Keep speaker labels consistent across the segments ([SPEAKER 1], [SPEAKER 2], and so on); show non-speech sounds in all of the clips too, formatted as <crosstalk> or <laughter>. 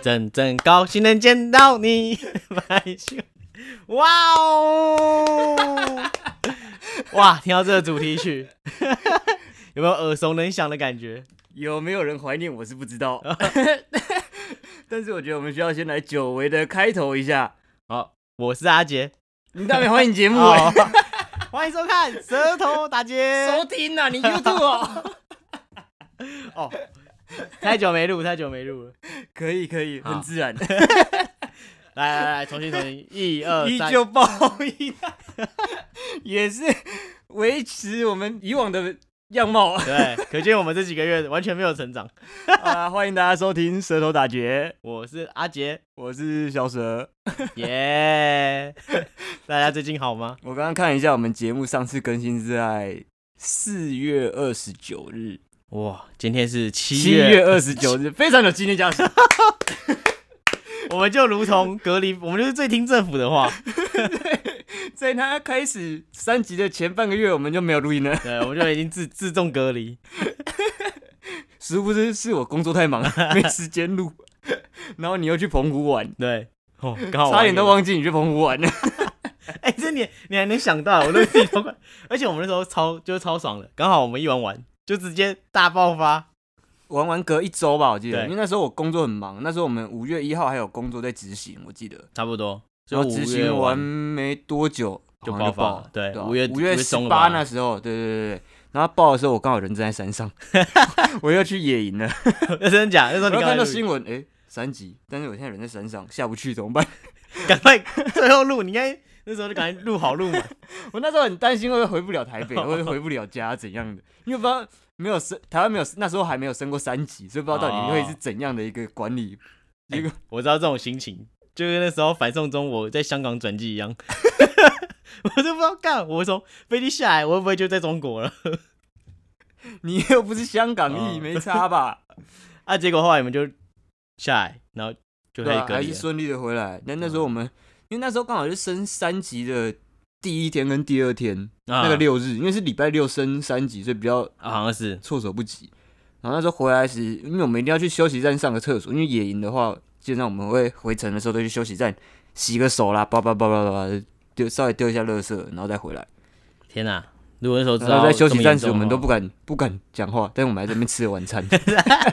[SPEAKER 1] 真正高兴能见到你， <laughs> 白秀，哇哦，哇，听到这个主题曲，有没有耳熟能详的感觉？
[SPEAKER 2] 有没有人怀念我是不
[SPEAKER 1] <laughs>
[SPEAKER 2] 知道，但是我觉得我们需要先来久违的开头一下。
[SPEAKER 1] 好，我是阿杰，
[SPEAKER 2] 你大没欢迎节目、欸，
[SPEAKER 1] 好欢迎收看《舌头打劫》
[SPEAKER 2] <laughs> 收听呐、啊，你 YouTube 哦，
[SPEAKER 1] 哦，太久没录，太久没录了，
[SPEAKER 2] <laughs> 可以可以，
[SPEAKER 1] 好
[SPEAKER 2] 很自
[SPEAKER 1] <laughs>
[SPEAKER 2] 然，
[SPEAKER 1] 来来来，重新重新，一二
[SPEAKER 2] <laughs> 依
[SPEAKER 1] 三，
[SPEAKER 2] 旧报应，啊 <laughs> 也是维持我们以往的样
[SPEAKER 1] <laughs>
[SPEAKER 2] 貌
[SPEAKER 1] 对，可见我们这几个月完全没有成长。
[SPEAKER 2] 啊！欢迎大家收听《舌头打结》，
[SPEAKER 1] 我是阿杰，
[SPEAKER 2] 我是小蛇。
[SPEAKER 1] 耶、大家最近好吗？
[SPEAKER 2] 我刚刚看一下，我们节目上次更新是在四月二十九日，
[SPEAKER 1] 哇，今天是七
[SPEAKER 2] 七
[SPEAKER 1] 月，
[SPEAKER 2] 月二十九日，非常有纪念价值。
[SPEAKER 1] 我们就如同隔离，我们就是最听政府的话，
[SPEAKER 2] 在他开始三级的前半个月，我们就没有录音了。 <laughs>
[SPEAKER 1] 对，我们就已经自自动隔离。
[SPEAKER 2] 殊不知是我工作太
[SPEAKER 1] <laughs>
[SPEAKER 2] 忙，没时间录。 <laughs> 然后你又去澎湖玩，
[SPEAKER 1] 对，哦，刚好
[SPEAKER 2] 差点都
[SPEAKER 1] 了。
[SPEAKER 2] 忘记你去澎湖玩了。
[SPEAKER 1] 哎、这你你还能想到，我都自己都快。而且我们那时候超就是超爽的，刚好我们一玩完就直接大爆发。
[SPEAKER 2] 玩完隔一周吧，我记得，
[SPEAKER 1] 对
[SPEAKER 2] 因为那时候我工作很忙，那时候我们五月一号还有工作在执行，我记得。
[SPEAKER 1] 差不多，
[SPEAKER 2] 然
[SPEAKER 1] 就
[SPEAKER 2] 后执行完没多久
[SPEAKER 1] 就
[SPEAKER 2] 好像
[SPEAKER 1] 爆发
[SPEAKER 2] 了
[SPEAKER 1] 了，对
[SPEAKER 2] 对啊，
[SPEAKER 1] 五月
[SPEAKER 2] 五月十
[SPEAKER 1] 中了吧
[SPEAKER 2] 八那时候，对对对对。然后爆的时候，我刚好人正在
[SPEAKER 1] <laughs>
[SPEAKER 2] 山上，我又去野营了。
[SPEAKER 1] 真的假的？那时候
[SPEAKER 2] 我
[SPEAKER 1] 你刚
[SPEAKER 2] 刚看
[SPEAKER 1] 才录
[SPEAKER 2] 到新闻，哎，三级，但是我现在人在山上，下不去怎么办？
[SPEAKER 1] 赶快最后录，你应该那时候就赶快录好录嘛。
[SPEAKER 2] 我那时候很担心会不会回不了台北，会不会回不了家怎样的，因为不知道没有升台湾没有那时候还没有升过三级，所以不知道到底会是怎样的一个管理。一个
[SPEAKER 1] 我知道这种心情，就跟那时候反送中我在香港转机一样， <laughs> 我都不知道干，我从飞机下来，我会不会就在中国了
[SPEAKER 2] 你又不是香港裔，
[SPEAKER 1] 哦
[SPEAKER 2] 没差吧？
[SPEAKER 1] 啊？结果后来你们就下来，然后就开
[SPEAKER 2] 对
[SPEAKER 1] 始
[SPEAKER 2] 啊，
[SPEAKER 1] 隔
[SPEAKER 2] 还
[SPEAKER 1] 离
[SPEAKER 2] 是
[SPEAKER 1] 了。
[SPEAKER 2] 顺利的回来。那那时候我们，因为那时候刚好是升三级的第一天跟第二天，
[SPEAKER 1] 那
[SPEAKER 2] 那个六日，因为是礼拜六升三级，所以比较
[SPEAKER 1] 啊，好像是
[SPEAKER 2] 措手不及。然后那时候回来时，因为我们一定要去休息站上个厕所，因为野营的话，基本上我们会回程的时候都去休息站洗个手啦，叭叭叭叭叭，丢稍微丢一下垃圾，然后再回来。
[SPEAKER 1] 天哪、如果那时候知
[SPEAKER 2] 然
[SPEAKER 1] 道
[SPEAKER 2] 后在休息站时，
[SPEAKER 1] 这么严重的话
[SPEAKER 2] 我们都不敢不敢讲话，但我们还在那边吃晚餐，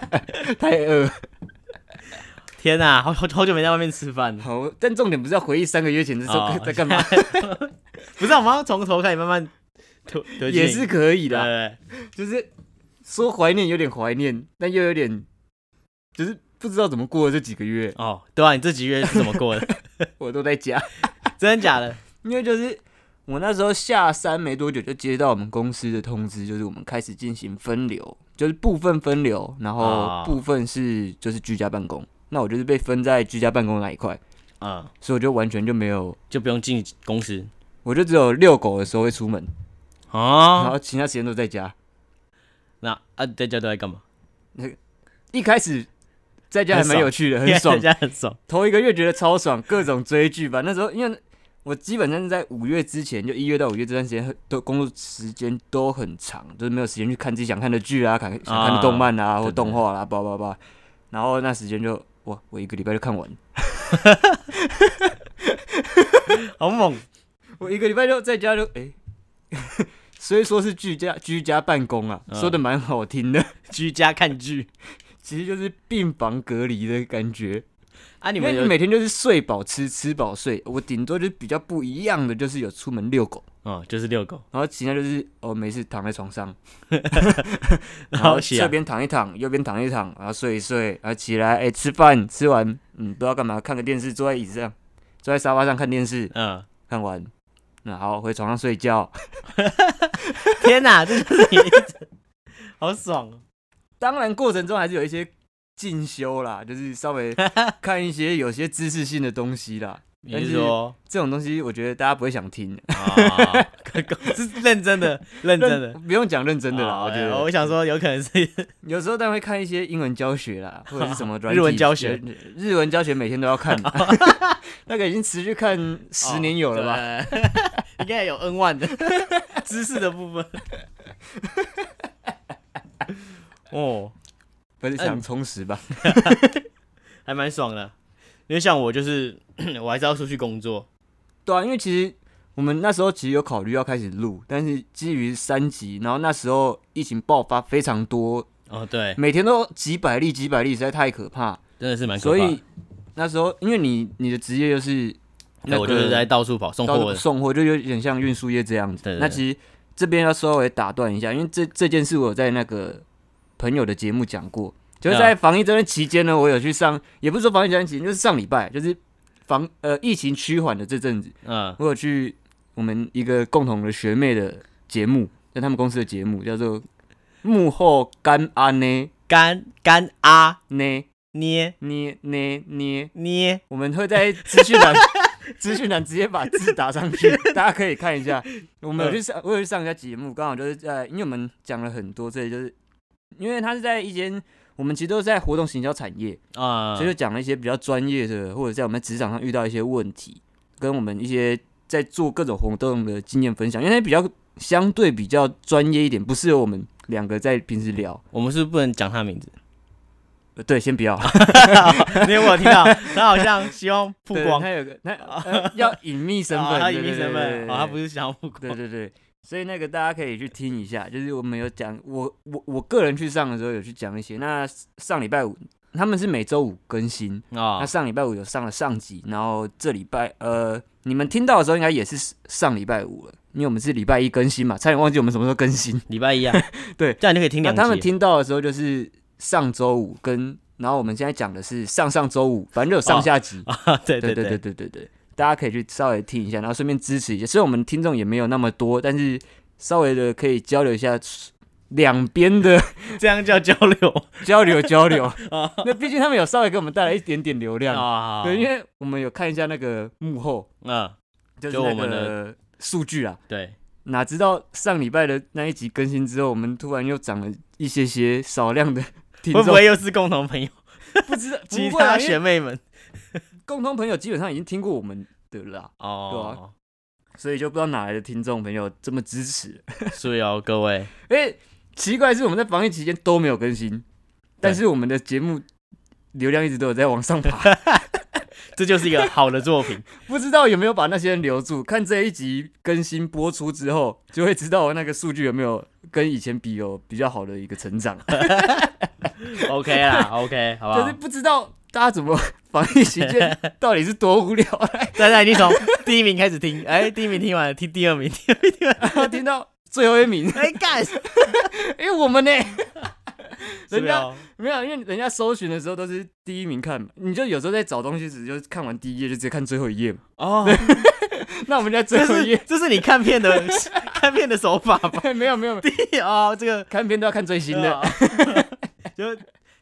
[SPEAKER 2] <laughs> 太饿了。
[SPEAKER 1] 天哪、好 <laughs> 好好久没在外面吃饭了。
[SPEAKER 2] 好，但重点不是要回忆三个月前的时候
[SPEAKER 1] 哦
[SPEAKER 2] <laughs> 在干嘛，
[SPEAKER 1] <laughs> 不是、啊，我们要从头开始慢慢推推进
[SPEAKER 2] 也是可以
[SPEAKER 1] 对
[SPEAKER 2] 的，啊
[SPEAKER 1] 对
[SPEAKER 2] 就是说怀念有点怀念，但又有点就是不知道怎么过了这几个月，
[SPEAKER 1] 哦，对啊，你这几个月是怎么过的？
[SPEAKER 2] <laughs> 我都在家。
[SPEAKER 1] 真的假的？
[SPEAKER 2] 因为就是我那时候下山没多久，就接到我们公司的通知，就是我们开始进行分流，就是部分分流，然后
[SPEAKER 1] 啊
[SPEAKER 2] 部分是就是居家办公。那我就是被分在居家办公那一块，
[SPEAKER 1] 嗯，
[SPEAKER 2] 所以我就完全就没有，
[SPEAKER 1] 就不用进公司
[SPEAKER 2] 我就只有遛狗的时候会出门，然
[SPEAKER 1] 哦。
[SPEAKER 2] 后其他时间都在家。
[SPEAKER 1] 那啊，大家都在干嘛？
[SPEAKER 2] 一开始在家还蛮有 <laughs> 趣的，很爽
[SPEAKER 1] <laughs> 大。家很爽。
[SPEAKER 2] 头一个月觉得超爽，各种追剧吧。那时候因为我基本上是在五月之前，就一月到五月这段时间，都工作时间都很长，就是没有时间去看自己想看的剧啊，看想看的动漫啊，或
[SPEAKER 1] 对对
[SPEAKER 2] 动画啦，叭叭叭。然后那时间就哇，我一个礼拜就看完，
[SPEAKER 1] 好猛！
[SPEAKER 2] 我一个礼拜就在家就哎。 <laughs> 虽说是居家居家办公啊，
[SPEAKER 1] 嗯
[SPEAKER 2] 说的蛮好听的， <laughs>
[SPEAKER 1] 居家看剧
[SPEAKER 2] 其实就是病房隔离的感觉。
[SPEAKER 1] 啊，你
[SPEAKER 2] 因为
[SPEAKER 1] 们有
[SPEAKER 2] 你每天就是睡饱吃，吃饱睡。我顶多就是比较不一样的，就是有出门遛狗。
[SPEAKER 1] 嗯，就是遛狗，
[SPEAKER 2] 然后其他就是哦，没事躺在
[SPEAKER 1] <laughs>
[SPEAKER 2] 床上，
[SPEAKER 1] 然
[SPEAKER 2] 然
[SPEAKER 1] 后
[SPEAKER 2] 后
[SPEAKER 1] 起来
[SPEAKER 2] 侧边躺一躺，右边躺一躺，然后睡一睡，然后起来，哎、吃饭，吃完，嗯，不知道干嘛，看个电视，坐在椅子上，坐在沙发上看电视，
[SPEAKER 1] 嗯，
[SPEAKER 2] 看完，那好，回床上睡觉。 <laughs>
[SPEAKER 1] 天哪，这就是你一直，好爽哦！
[SPEAKER 2] 当然过程中还是有一些进修啦，就是稍
[SPEAKER 1] <laughs>
[SPEAKER 2] 微看一些有些知识性的东西啦。
[SPEAKER 1] 你
[SPEAKER 2] 但
[SPEAKER 1] 是 <laughs>
[SPEAKER 2] 是
[SPEAKER 1] 说
[SPEAKER 2] 这种东西我觉得大家不会想听，
[SPEAKER 1] 啊，是认真的，认 <laughs> 真的，
[SPEAKER 2] 不用讲认真的啦，
[SPEAKER 1] 哦
[SPEAKER 2] 我觉
[SPEAKER 1] 哎
[SPEAKER 2] 得。
[SPEAKER 1] 我想说，有可能 <laughs> 是
[SPEAKER 2] 有时候但会看一些英文教学
[SPEAKER 1] <laughs>
[SPEAKER 2] 啦，或者是什么软体
[SPEAKER 1] 日文教学，
[SPEAKER 2] 日文教学每天都要
[SPEAKER 1] <laughs>
[SPEAKER 2] 看，那个已经持续看十年有了吧？
[SPEAKER 1] 吧？哦对应该有 N 万的 <laughs> 知识的部 <laughs> 分。哦，嗯
[SPEAKER 2] 不是想充实吧？
[SPEAKER 1] 还蛮爽的。因为像我就是 <clears throat> 我还是要出去工作，
[SPEAKER 2] 对啊，因为其实我们那时候其实有考虑要开始录，但是基于三级，然后那时候疫情爆发非常多，
[SPEAKER 1] 哦对，
[SPEAKER 2] 每天都几百例几百例，实在太可怕。
[SPEAKER 1] 真的是蛮可
[SPEAKER 2] 所
[SPEAKER 1] 怕的。哎
[SPEAKER 2] 以那时候，因为你你的职业又是
[SPEAKER 1] 对
[SPEAKER 2] 那
[SPEAKER 1] 哎我就是
[SPEAKER 2] 个
[SPEAKER 1] 在到处跑送
[SPEAKER 2] 到
[SPEAKER 1] 货的，
[SPEAKER 2] 送货，就有点像运输业这样子。
[SPEAKER 1] 哦对对对
[SPEAKER 2] 那其实这边要稍微打断一下，因为这这件事我有在那个朋友的节目讲过，就是
[SPEAKER 1] 嗯
[SPEAKER 2] 在防疫这段期间呢，我有去上，也不是说防疫这段期间，就是上礼拜，就是防呃疫情趋缓的这阵子，
[SPEAKER 1] 嗯，
[SPEAKER 2] 我有去我们一个共同的学妹的节目，在他们公司的节目叫做幕后干阿呢
[SPEAKER 1] 干干啊
[SPEAKER 2] 呢
[SPEAKER 1] 捏
[SPEAKER 2] 捏捏捏，
[SPEAKER 1] 捏，
[SPEAKER 2] 我们会在资讯栏 <laughs> 资讯栏直接把字打上
[SPEAKER 1] <laughs>
[SPEAKER 2] 去，大家可以看一下。我们有去
[SPEAKER 1] 嗯
[SPEAKER 2] 上，我有去上一下节目，刚好就是在，因为我们讲了很多，所以就是因为他是在一间。我们其实都是在活动行销产业，
[SPEAKER 1] 啊、
[SPEAKER 2] 所以就讲了一些比较专业的，或者在我们职场上遇到一些问题，跟我们一些在做各种活动的经验分享，因为它比较相对比较专业一点，不适合我们两个在平时聊。
[SPEAKER 1] 我们是不是不能讲他名 <laughs> 字，
[SPEAKER 2] 呃对，先不要
[SPEAKER 1] 因为我有听到他好像希望 <laughs> 曝
[SPEAKER 2] 对
[SPEAKER 1] 光
[SPEAKER 2] 他有个他、
[SPEAKER 1] <laughs>
[SPEAKER 2] 呃要隐秘身
[SPEAKER 1] 哦
[SPEAKER 2] 份，
[SPEAKER 1] 他
[SPEAKER 2] 对
[SPEAKER 1] 隐秘
[SPEAKER 2] 对
[SPEAKER 1] 身
[SPEAKER 2] 对对对
[SPEAKER 1] 份，哦，他
[SPEAKER 2] 对
[SPEAKER 1] 不是想要 <laughs> 曝
[SPEAKER 2] 对
[SPEAKER 1] 光，
[SPEAKER 2] 对对，所以那个大家可以去听一下，就是我们有讲，我我我个人去上的时候有去讲一些。那上礼拜五他们是每周五更新，那
[SPEAKER 1] 啊，
[SPEAKER 2] 上礼拜五有上了上集，然后这礼拜呃，你们听到的时候应该也是上礼拜五了，因为我们是礼拜一更新嘛，差点忘记我们什么时候更新。，
[SPEAKER 1] 礼拜一 <laughs> 啊
[SPEAKER 2] 对
[SPEAKER 1] 这样你就可以听
[SPEAKER 2] 那
[SPEAKER 1] 两
[SPEAKER 2] 他们
[SPEAKER 1] 集，
[SPEAKER 2] 听到的时候就是上周五跟，然后我们现在讲的是上上周五，反正就有上
[SPEAKER 1] 哦
[SPEAKER 2] 下集。
[SPEAKER 1] 啊， <laughs> 对
[SPEAKER 2] 对
[SPEAKER 1] 对
[SPEAKER 2] 对对，对对对，大家可以去稍微听一下，然后顺便支持一下。虽然我们听众也没有那么多，但是稍微的可以交流一下两边的 <laughs>
[SPEAKER 1] 这样叫交流
[SPEAKER 2] 交流交流。
[SPEAKER 1] <laughs> 啊
[SPEAKER 2] 那毕竟他们有稍微给我们带来一点点流量，
[SPEAKER 1] 啊，
[SPEAKER 2] 对，因
[SPEAKER 1] 为
[SPEAKER 2] 为我们有看一下那个幕后，
[SPEAKER 1] 嗯，
[SPEAKER 2] 就是
[SPEAKER 1] 就我
[SPEAKER 2] 那
[SPEAKER 1] 们
[SPEAKER 2] 个数据啊。
[SPEAKER 1] 对，
[SPEAKER 2] 哪知道上礼拜的那一集更新之后，我们突然又涨了一些些少
[SPEAKER 1] <laughs>
[SPEAKER 2] 量的听
[SPEAKER 1] 会
[SPEAKER 2] 众，
[SPEAKER 1] 不
[SPEAKER 2] <laughs>
[SPEAKER 1] 会又是共同朋友，
[SPEAKER 2] 不知道？
[SPEAKER 1] 其
[SPEAKER 2] 不会啊
[SPEAKER 1] 他
[SPEAKER 2] 因为
[SPEAKER 1] 学妹们？
[SPEAKER 2] 共同朋友基本上已经听过我们的了啦，
[SPEAKER 1] 哦，
[SPEAKER 2] 所以就不知道哪来的听众朋友这么支持。啊
[SPEAKER 1] 所以哦，各位，
[SPEAKER 2] 而且哎奇怪的是，我们在防疫期间都没有更新，但是我们的节目流量一直都有在往上 <laughs> 爬，
[SPEAKER 1] 这就是一个好的作
[SPEAKER 2] <laughs>
[SPEAKER 1] 品，
[SPEAKER 2] 不知道有没有把那些人留住。看这一集更新播出之后，就会知道那个数据有没有跟以前比有比较好的一个成长。 <laughs>
[SPEAKER 1] OK 啦，OK，好不
[SPEAKER 2] 就
[SPEAKER 1] <laughs>
[SPEAKER 2] 是
[SPEAKER 1] 好？
[SPEAKER 2] 不知道大家怎么防疫期间到底是多无聊，啊 <laughs>
[SPEAKER 1] 大家已经从第一名开始听，哎，第一名听完了，听第二名，
[SPEAKER 2] <laughs>
[SPEAKER 1] 听
[SPEAKER 2] 然后听到最后一名，
[SPEAKER 1] 哎 <laughs> 干，
[SPEAKER 2] 哎、我们呢？
[SPEAKER 1] 是不
[SPEAKER 2] 人
[SPEAKER 1] 是
[SPEAKER 2] 家
[SPEAKER 1] 哦
[SPEAKER 2] 没有，因为人家搜寻的时候都是第一名看嘛，你就有时候在找东西时，就是看完第一页就直接看最后一页嘛。
[SPEAKER 1] 哦，
[SPEAKER 2] <laughs> 那我们在最
[SPEAKER 1] 这
[SPEAKER 2] 后一
[SPEAKER 1] 是
[SPEAKER 2] 页，
[SPEAKER 1] 这是你看片的 <laughs> 看片的手法吧？
[SPEAKER 2] <laughs> 没有没有，
[SPEAKER 1] 哦，这个
[SPEAKER 2] 看片都要看最新
[SPEAKER 1] <laughs>
[SPEAKER 2] 的。，
[SPEAKER 1] 啊
[SPEAKER 2] <laughs>
[SPEAKER 1] 就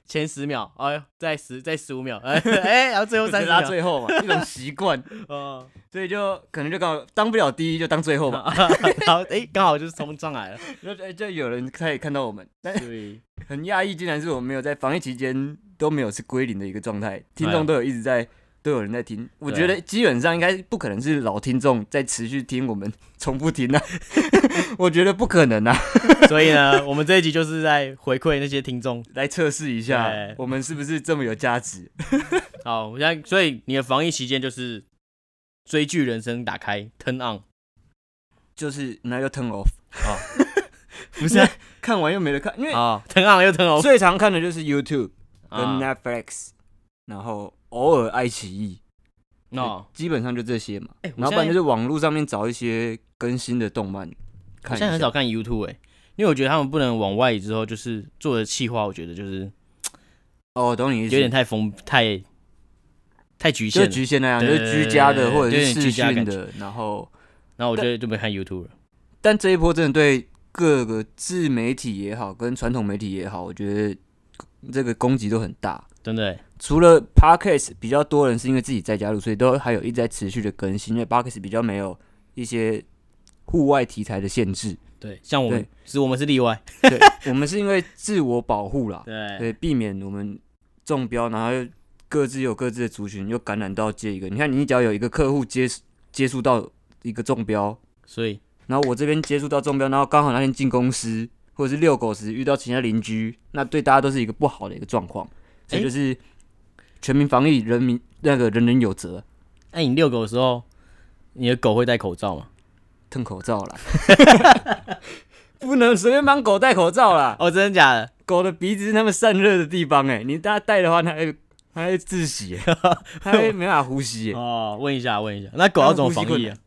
[SPEAKER 1] 前十秒，哎呦，再十再十五秒， <laughs> 哎哎，然后最后三十
[SPEAKER 2] 拉
[SPEAKER 1] 秒，
[SPEAKER 2] 最后嘛，一种
[SPEAKER 1] <laughs>
[SPEAKER 2] 习惯，
[SPEAKER 1] 哦，
[SPEAKER 2] 所以就可能就刚好当不了第一，就当最后
[SPEAKER 1] 啊
[SPEAKER 2] 嘛。
[SPEAKER 1] 然后哎，刚好就是冲上来了，
[SPEAKER 2] <laughs> 就哎就有人开始看到我们，但
[SPEAKER 1] 对，
[SPEAKER 2] 很讶异，竟然是我们没有在防疫期间都没有是归零的一个状态，听众都有一直在。都有人在听，我觉
[SPEAKER 1] 啊
[SPEAKER 2] 得基本上应该不可能是老听众在持续听我们 <laughs> 重复听啊，我觉得不可能啊，
[SPEAKER 1] 所以呢，我们这一集就是在回馈那些听众。
[SPEAKER 2] 来测试一下
[SPEAKER 1] 对
[SPEAKER 2] 我们是不是这么有价值。
[SPEAKER 1] 好，我现在所以你的防疫期间就是追剧人生打开，turn on，
[SPEAKER 2] 就是那就 turn off，
[SPEAKER 1] 不 <laughs> 是啊
[SPEAKER 2] 看完又没得看，因为
[SPEAKER 1] 哦，turn on 又 turn off，
[SPEAKER 2] 最常看的就是 YouTube 跟
[SPEAKER 1] 啊
[SPEAKER 2] Netflix，、然后偶尔爱奇艺，
[SPEAKER 1] 哦，
[SPEAKER 2] 基本上就这些嘛。
[SPEAKER 1] 哎我
[SPEAKER 2] 然后不
[SPEAKER 1] 现
[SPEAKER 2] 然
[SPEAKER 1] 在
[SPEAKER 2] 就是网络上面找一些更新的动漫
[SPEAKER 1] 我
[SPEAKER 2] 看一
[SPEAKER 1] 现在很
[SPEAKER 2] 下。
[SPEAKER 1] 少看 YouTube 哎、因为我觉得他们不能往外之后就是做的气话，我觉得就是
[SPEAKER 2] 哦，懂你意思，
[SPEAKER 1] 有点太封太太局
[SPEAKER 2] 就
[SPEAKER 1] 限了。
[SPEAKER 2] 局限那样，就
[SPEAKER 1] 对
[SPEAKER 2] 是居家的
[SPEAKER 1] 对
[SPEAKER 2] 或者
[SPEAKER 1] 有点
[SPEAKER 2] 是视
[SPEAKER 1] 居家
[SPEAKER 2] 讯
[SPEAKER 1] 感
[SPEAKER 2] 的。然后，
[SPEAKER 1] 然后我就就没看 YouTube 了。
[SPEAKER 2] 但这一波真的对各个自媒体也好，跟传统媒体也好，我觉得这个攻击都很大。
[SPEAKER 1] 真的、欸，
[SPEAKER 2] 除了 podcast 比较多人是因为自己在家录，所以都还有一直在持续的更新，因为 podcast 比较没有一些户外题材的限制。
[SPEAKER 1] 对，像我们
[SPEAKER 2] 对
[SPEAKER 1] 是我们是例外，
[SPEAKER 2] 对，我们是因为自我保护啦，
[SPEAKER 1] 对，
[SPEAKER 2] 对，避免我们中标，然后又各自有各自的族群，又感染到这一个。你看，你只要有一个客户接接触到一个中标，
[SPEAKER 1] 所以
[SPEAKER 2] 然后我这边接触到中标，然后刚好那天进公司或者是遛狗时遇到其他邻居，那对大家都是一个不好的一个状况，所以
[SPEAKER 1] 诶
[SPEAKER 2] 就是全民防疫，人民那个人人有责，
[SPEAKER 1] 那哎你遛狗的时候，你的狗会戴口罩吗？
[SPEAKER 2] 蹭口
[SPEAKER 1] <laughs>
[SPEAKER 2] 罩啦， <laughs> 不能随便帮狗戴口罩啦。
[SPEAKER 1] 哦，真的假的？
[SPEAKER 2] 狗的鼻子是它们散热的地方、欸，哎，你大家戴的话，它会它会窒息、欸，
[SPEAKER 1] <laughs>
[SPEAKER 2] 它会没办法呼吸、欸。
[SPEAKER 1] 哦，问一下，问一下，那狗要怎么防
[SPEAKER 2] 它们呼吸
[SPEAKER 1] 疫
[SPEAKER 2] 困
[SPEAKER 1] 啊
[SPEAKER 2] 难？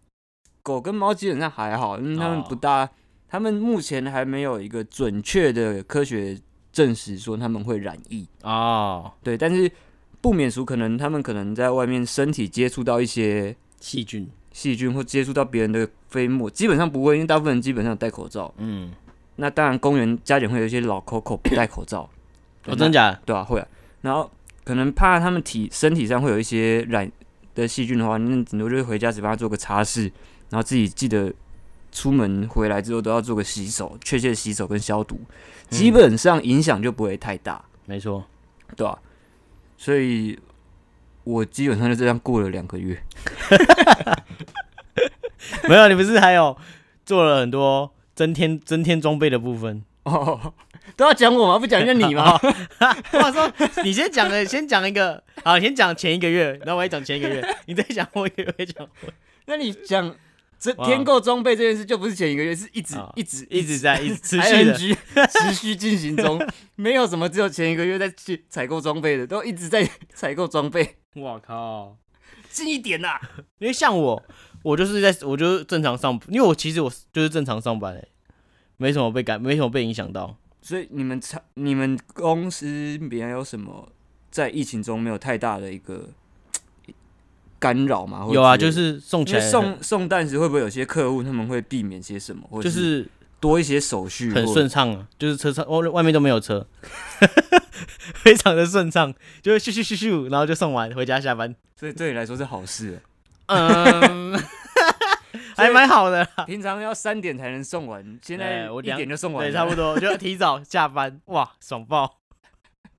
[SPEAKER 2] 狗跟猫基本上还好，嗯因为它
[SPEAKER 1] 哦
[SPEAKER 2] 们不大，它们目前还没有一个准确的科学证实说它们会染疫。
[SPEAKER 1] 哦，
[SPEAKER 2] 对，但是不免俗，可能它们可能在外面身体接触到一些
[SPEAKER 1] 细菌，
[SPEAKER 2] 细菌或接触到别人的飞沫，基本上不会，因为大部分人基本上有戴口罩。
[SPEAKER 1] 嗯，
[SPEAKER 2] 那当然，公园家长会有一些老 Coco 不戴口罩，
[SPEAKER 1] 哦，真的假的？
[SPEAKER 2] 对啊，会啊。然后可能怕他们体身体上会有一些染的细菌的话，那顶多就是回家只帮他做个擦拭，然后自己记得出门回来之后都要做个洗手，确切洗手跟消毒，基本上影响就不会太大，
[SPEAKER 1] 没错，
[SPEAKER 2] 对啊。所以我基本上就这样过了两个月。
[SPEAKER 1] 没有，你不是还有做了很多增添增添装备的部分？
[SPEAKER 2] <laughs> 哦，都要讲我吗？不讲一下你 <laughs> 吗？
[SPEAKER 1] 我说你先讲了，先讲一个，好，先讲前一个月，然后我也讲前一个月，你再讲我也会讲，
[SPEAKER 2] 那你讲这
[SPEAKER 1] 哇
[SPEAKER 2] 添购装备这件事，就不是前一个月，是一直
[SPEAKER 1] 啊
[SPEAKER 2] 一直
[SPEAKER 1] 一直在一直持续的， <laughs>
[SPEAKER 2] ING 持续进行中，没有什么只有前一个月在去采购装备的，都一直在采购装备，
[SPEAKER 1] 我靠！
[SPEAKER 2] 近一点呐、
[SPEAKER 1] 因为像我，我就是在，我就是正常上，因为我其实我就是正常上班、欸，没什么被感，没什么被影响到。
[SPEAKER 2] 所以你们厂、你们公司没有什么在疫情中没有太大的一个干扰吗？或者
[SPEAKER 1] 有啊，
[SPEAKER 2] 之类
[SPEAKER 1] 就
[SPEAKER 2] 的
[SPEAKER 1] 是送
[SPEAKER 2] 因
[SPEAKER 1] 起
[SPEAKER 2] 为
[SPEAKER 1] 来
[SPEAKER 2] 送送蛋时，会不会有些客户他们会避免些什么，或
[SPEAKER 1] 就
[SPEAKER 2] 者
[SPEAKER 1] 是
[SPEAKER 2] 多一些手续，
[SPEAKER 1] 很
[SPEAKER 2] 或
[SPEAKER 1] 顺畅啊，就是车上外外面都没有车， <laughs> 非常的顺畅，就是咻咻咻咻，然后就送完回家下班，
[SPEAKER 2] 所以对你来说是好事啊。
[SPEAKER 1] 嗯， <laughs> 还蛮好的啦，
[SPEAKER 2] 平常要三点才能送完，现在
[SPEAKER 1] 哎我
[SPEAKER 2] 一
[SPEAKER 1] 两
[SPEAKER 2] 点就送完
[SPEAKER 1] 对，
[SPEAKER 2] 了，
[SPEAKER 1] 差不多就提早下
[SPEAKER 2] <laughs>
[SPEAKER 1] 班，哇，爽爆！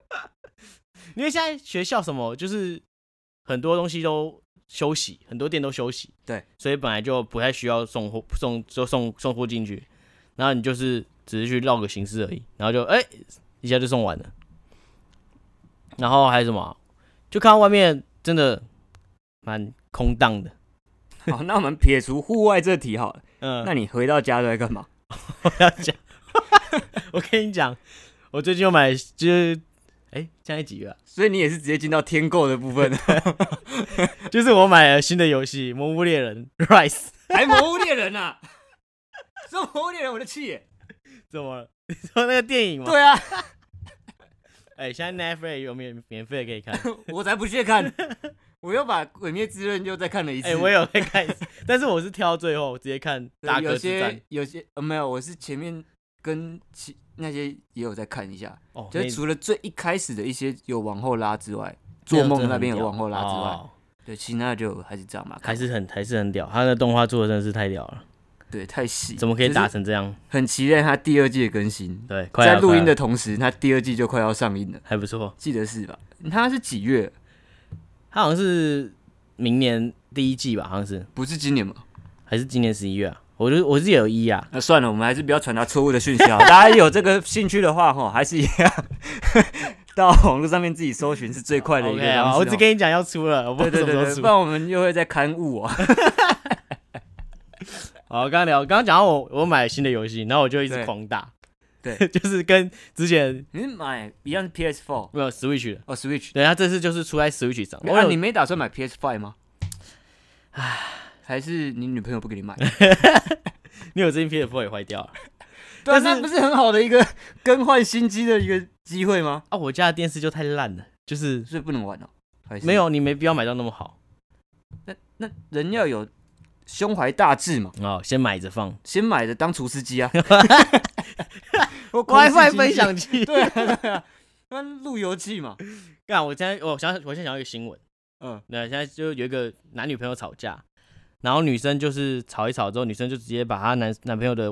[SPEAKER 1] <laughs> 因为现在学校什么就是很多东西都休息，很多店都休息，
[SPEAKER 2] 对，
[SPEAKER 1] 所以本来就不太需要送货送就送送货进去，然后你就是只是去绕个形式而已，然后就哎、一下就送完了。然后还有什么啊，就看到外面真的蛮空荡的，
[SPEAKER 2] 好，那我们撇除户外这题好了，
[SPEAKER 1] 嗯，
[SPEAKER 2] 那你回到家都在干嘛？
[SPEAKER 1] 不要讲。 <laughs> 我跟你讲，我最近又买，就是哎、现在几月啊？
[SPEAKER 2] 所以你也是直接进到天购的部分，
[SPEAKER 1] 就是我买了新的游戏《魔物猎人 Rise》，
[SPEAKER 2] <laughs> 还魔物猎人呐、啊？ <laughs> 说魔物猎人我就气耶！
[SPEAKER 1] 怎么了？你说那个电影吗？
[SPEAKER 2] 对啊，
[SPEAKER 1] 哎、现在 Netflix 有免免费可以看？
[SPEAKER 2] 我才不屑看，我又把《鬼灭之刃》又再看了一次。
[SPEAKER 1] 哎、我也有在看， <laughs> 但是我是挑最后直接看《大
[SPEAKER 2] 对有
[SPEAKER 1] 哥之战》
[SPEAKER 2] 些有些、呃、没有，我是前面跟其那些也有在看一下，
[SPEAKER 1] 哦，
[SPEAKER 2] 就
[SPEAKER 1] 那
[SPEAKER 2] 是除了最一开始的一些有往后拉之外，
[SPEAKER 1] 那
[SPEAKER 2] 做
[SPEAKER 1] 个
[SPEAKER 2] 梦
[SPEAKER 1] 真的
[SPEAKER 2] 那
[SPEAKER 1] 很
[SPEAKER 2] 边有
[SPEAKER 1] 屌
[SPEAKER 2] 往后拉之外，
[SPEAKER 1] 哦
[SPEAKER 2] 对，其他的就还是这样嘛。
[SPEAKER 1] 还是很还是很屌，他的动画做的真的是太屌了，
[SPEAKER 2] 对，太细，
[SPEAKER 1] 怎么可以
[SPEAKER 2] 就是
[SPEAKER 1] 打成这样？
[SPEAKER 2] 很期待它第二季的更新。
[SPEAKER 1] 对，快
[SPEAKER 2] 在
[SPEAKER 1] 了
[SPEAKER 2] 录
[SPEAKER 1] 快
[SPEAKER 2] 音
[SPEAKER 1] 了
[SPEAKER 2] 的同时，它第二季就快要上映了，
[SPEAKER 1] 还不错，
[SPEAKER 2] 记得是吧？它是几月？
[SPEAKER 1] 他好像是明年第一季吧，好像是
[SPEAKER 2] 不是今年吗？
[SPEAKER 1] 还是今年十一月啊？我就我是有一啊，
[SPEAKER 2] 那算了，我们还是不要传达错误的讯息啊！ <laughs> 大家有这个兴趣的话，哈，还是一样 <laughs> 到网络上面自己搜寻是最快的一
[SPEAKER 1] OK，
[SPEAKER 2] 个
[SPEAKER 1] 好我
[SPEAKER 2] 方
[SPEAKER 1] 只
[SPEAKER 2] 式。
[SPEAKER 1] 跟你讲要出了，我不
[SPEAKER 2] 对
[SPEAKER 1] 知道什
[SPEAKER 2] 对对
[SPEAKER 1] 么
[SPEAKER 2] 对，
[SPEAKER 1] 时候出。
[SPEAKER 2] 不然我们又会在刊物啊。
[SPEAKER 1] 好，刚刚聊，刚刚讲到我我买新的游戏，然后我就一直
[SPEAKER 2] 对
[SPEAKER 1] 狂打，
[SPEAKER 2] 对
[SPEAKER 1] <laughs> 就是跟之前
[SPEAKER 2] 你是买一样是 PS4
[SPEAKER 1] 没有 Switch 的，
[SPEAKER 2] 哦 Switch，
[SPEAKER 1] 对，它这次就是出在 Switch 上。我
[SPEAKER 2] 那、
[SPEAKER 1] 有
[SPEAKER 2] 啊你没打算买 PS5 吗？还是你女朋友不
[SPEAKER 1] <laughs>
[SPEAKER 2] 给你买？啊
[SPEAKER 1] 你有这片 PS4 也坏掉了
[SPEAKER 2] 对啊，
[SPEAKER 1] 但
[SPEAKER 2] 那
[SPEAKER 1] 是
[SPEAKER 2] 不是很好的一个更换新机的一个机会吗？
[SPEAKER 1] 啊！我家的电视就太烂了，就是
[SPEAKER 2] 所以不能玩哦，还是
[SPEAKER 1] 没有你没必要买到那么好
[SPEAKER 2] 那那人要有胸怀大志嘛，
[SPEAKER 1] 哦，先买着放。
[SPEAKER 2] 先买的当厨师机啊。
[SPEAKER 1] <laughs>
[SPEAKER 2] 我
[SPEAKER 1] WiFi 分享器，<laughs>
[SPEAKER 2] <laughs> 对啊对啊，那路由器嘛，
[SPEAKER 1] 干！我现在我想我现在想要一个新闻，
[SPEAKER 2] 嗯，
[SPEAKER 1] 那现在就有一个男女朋友吵架，然后女生就是吵一吵之后，女生就直接把她男男朋友的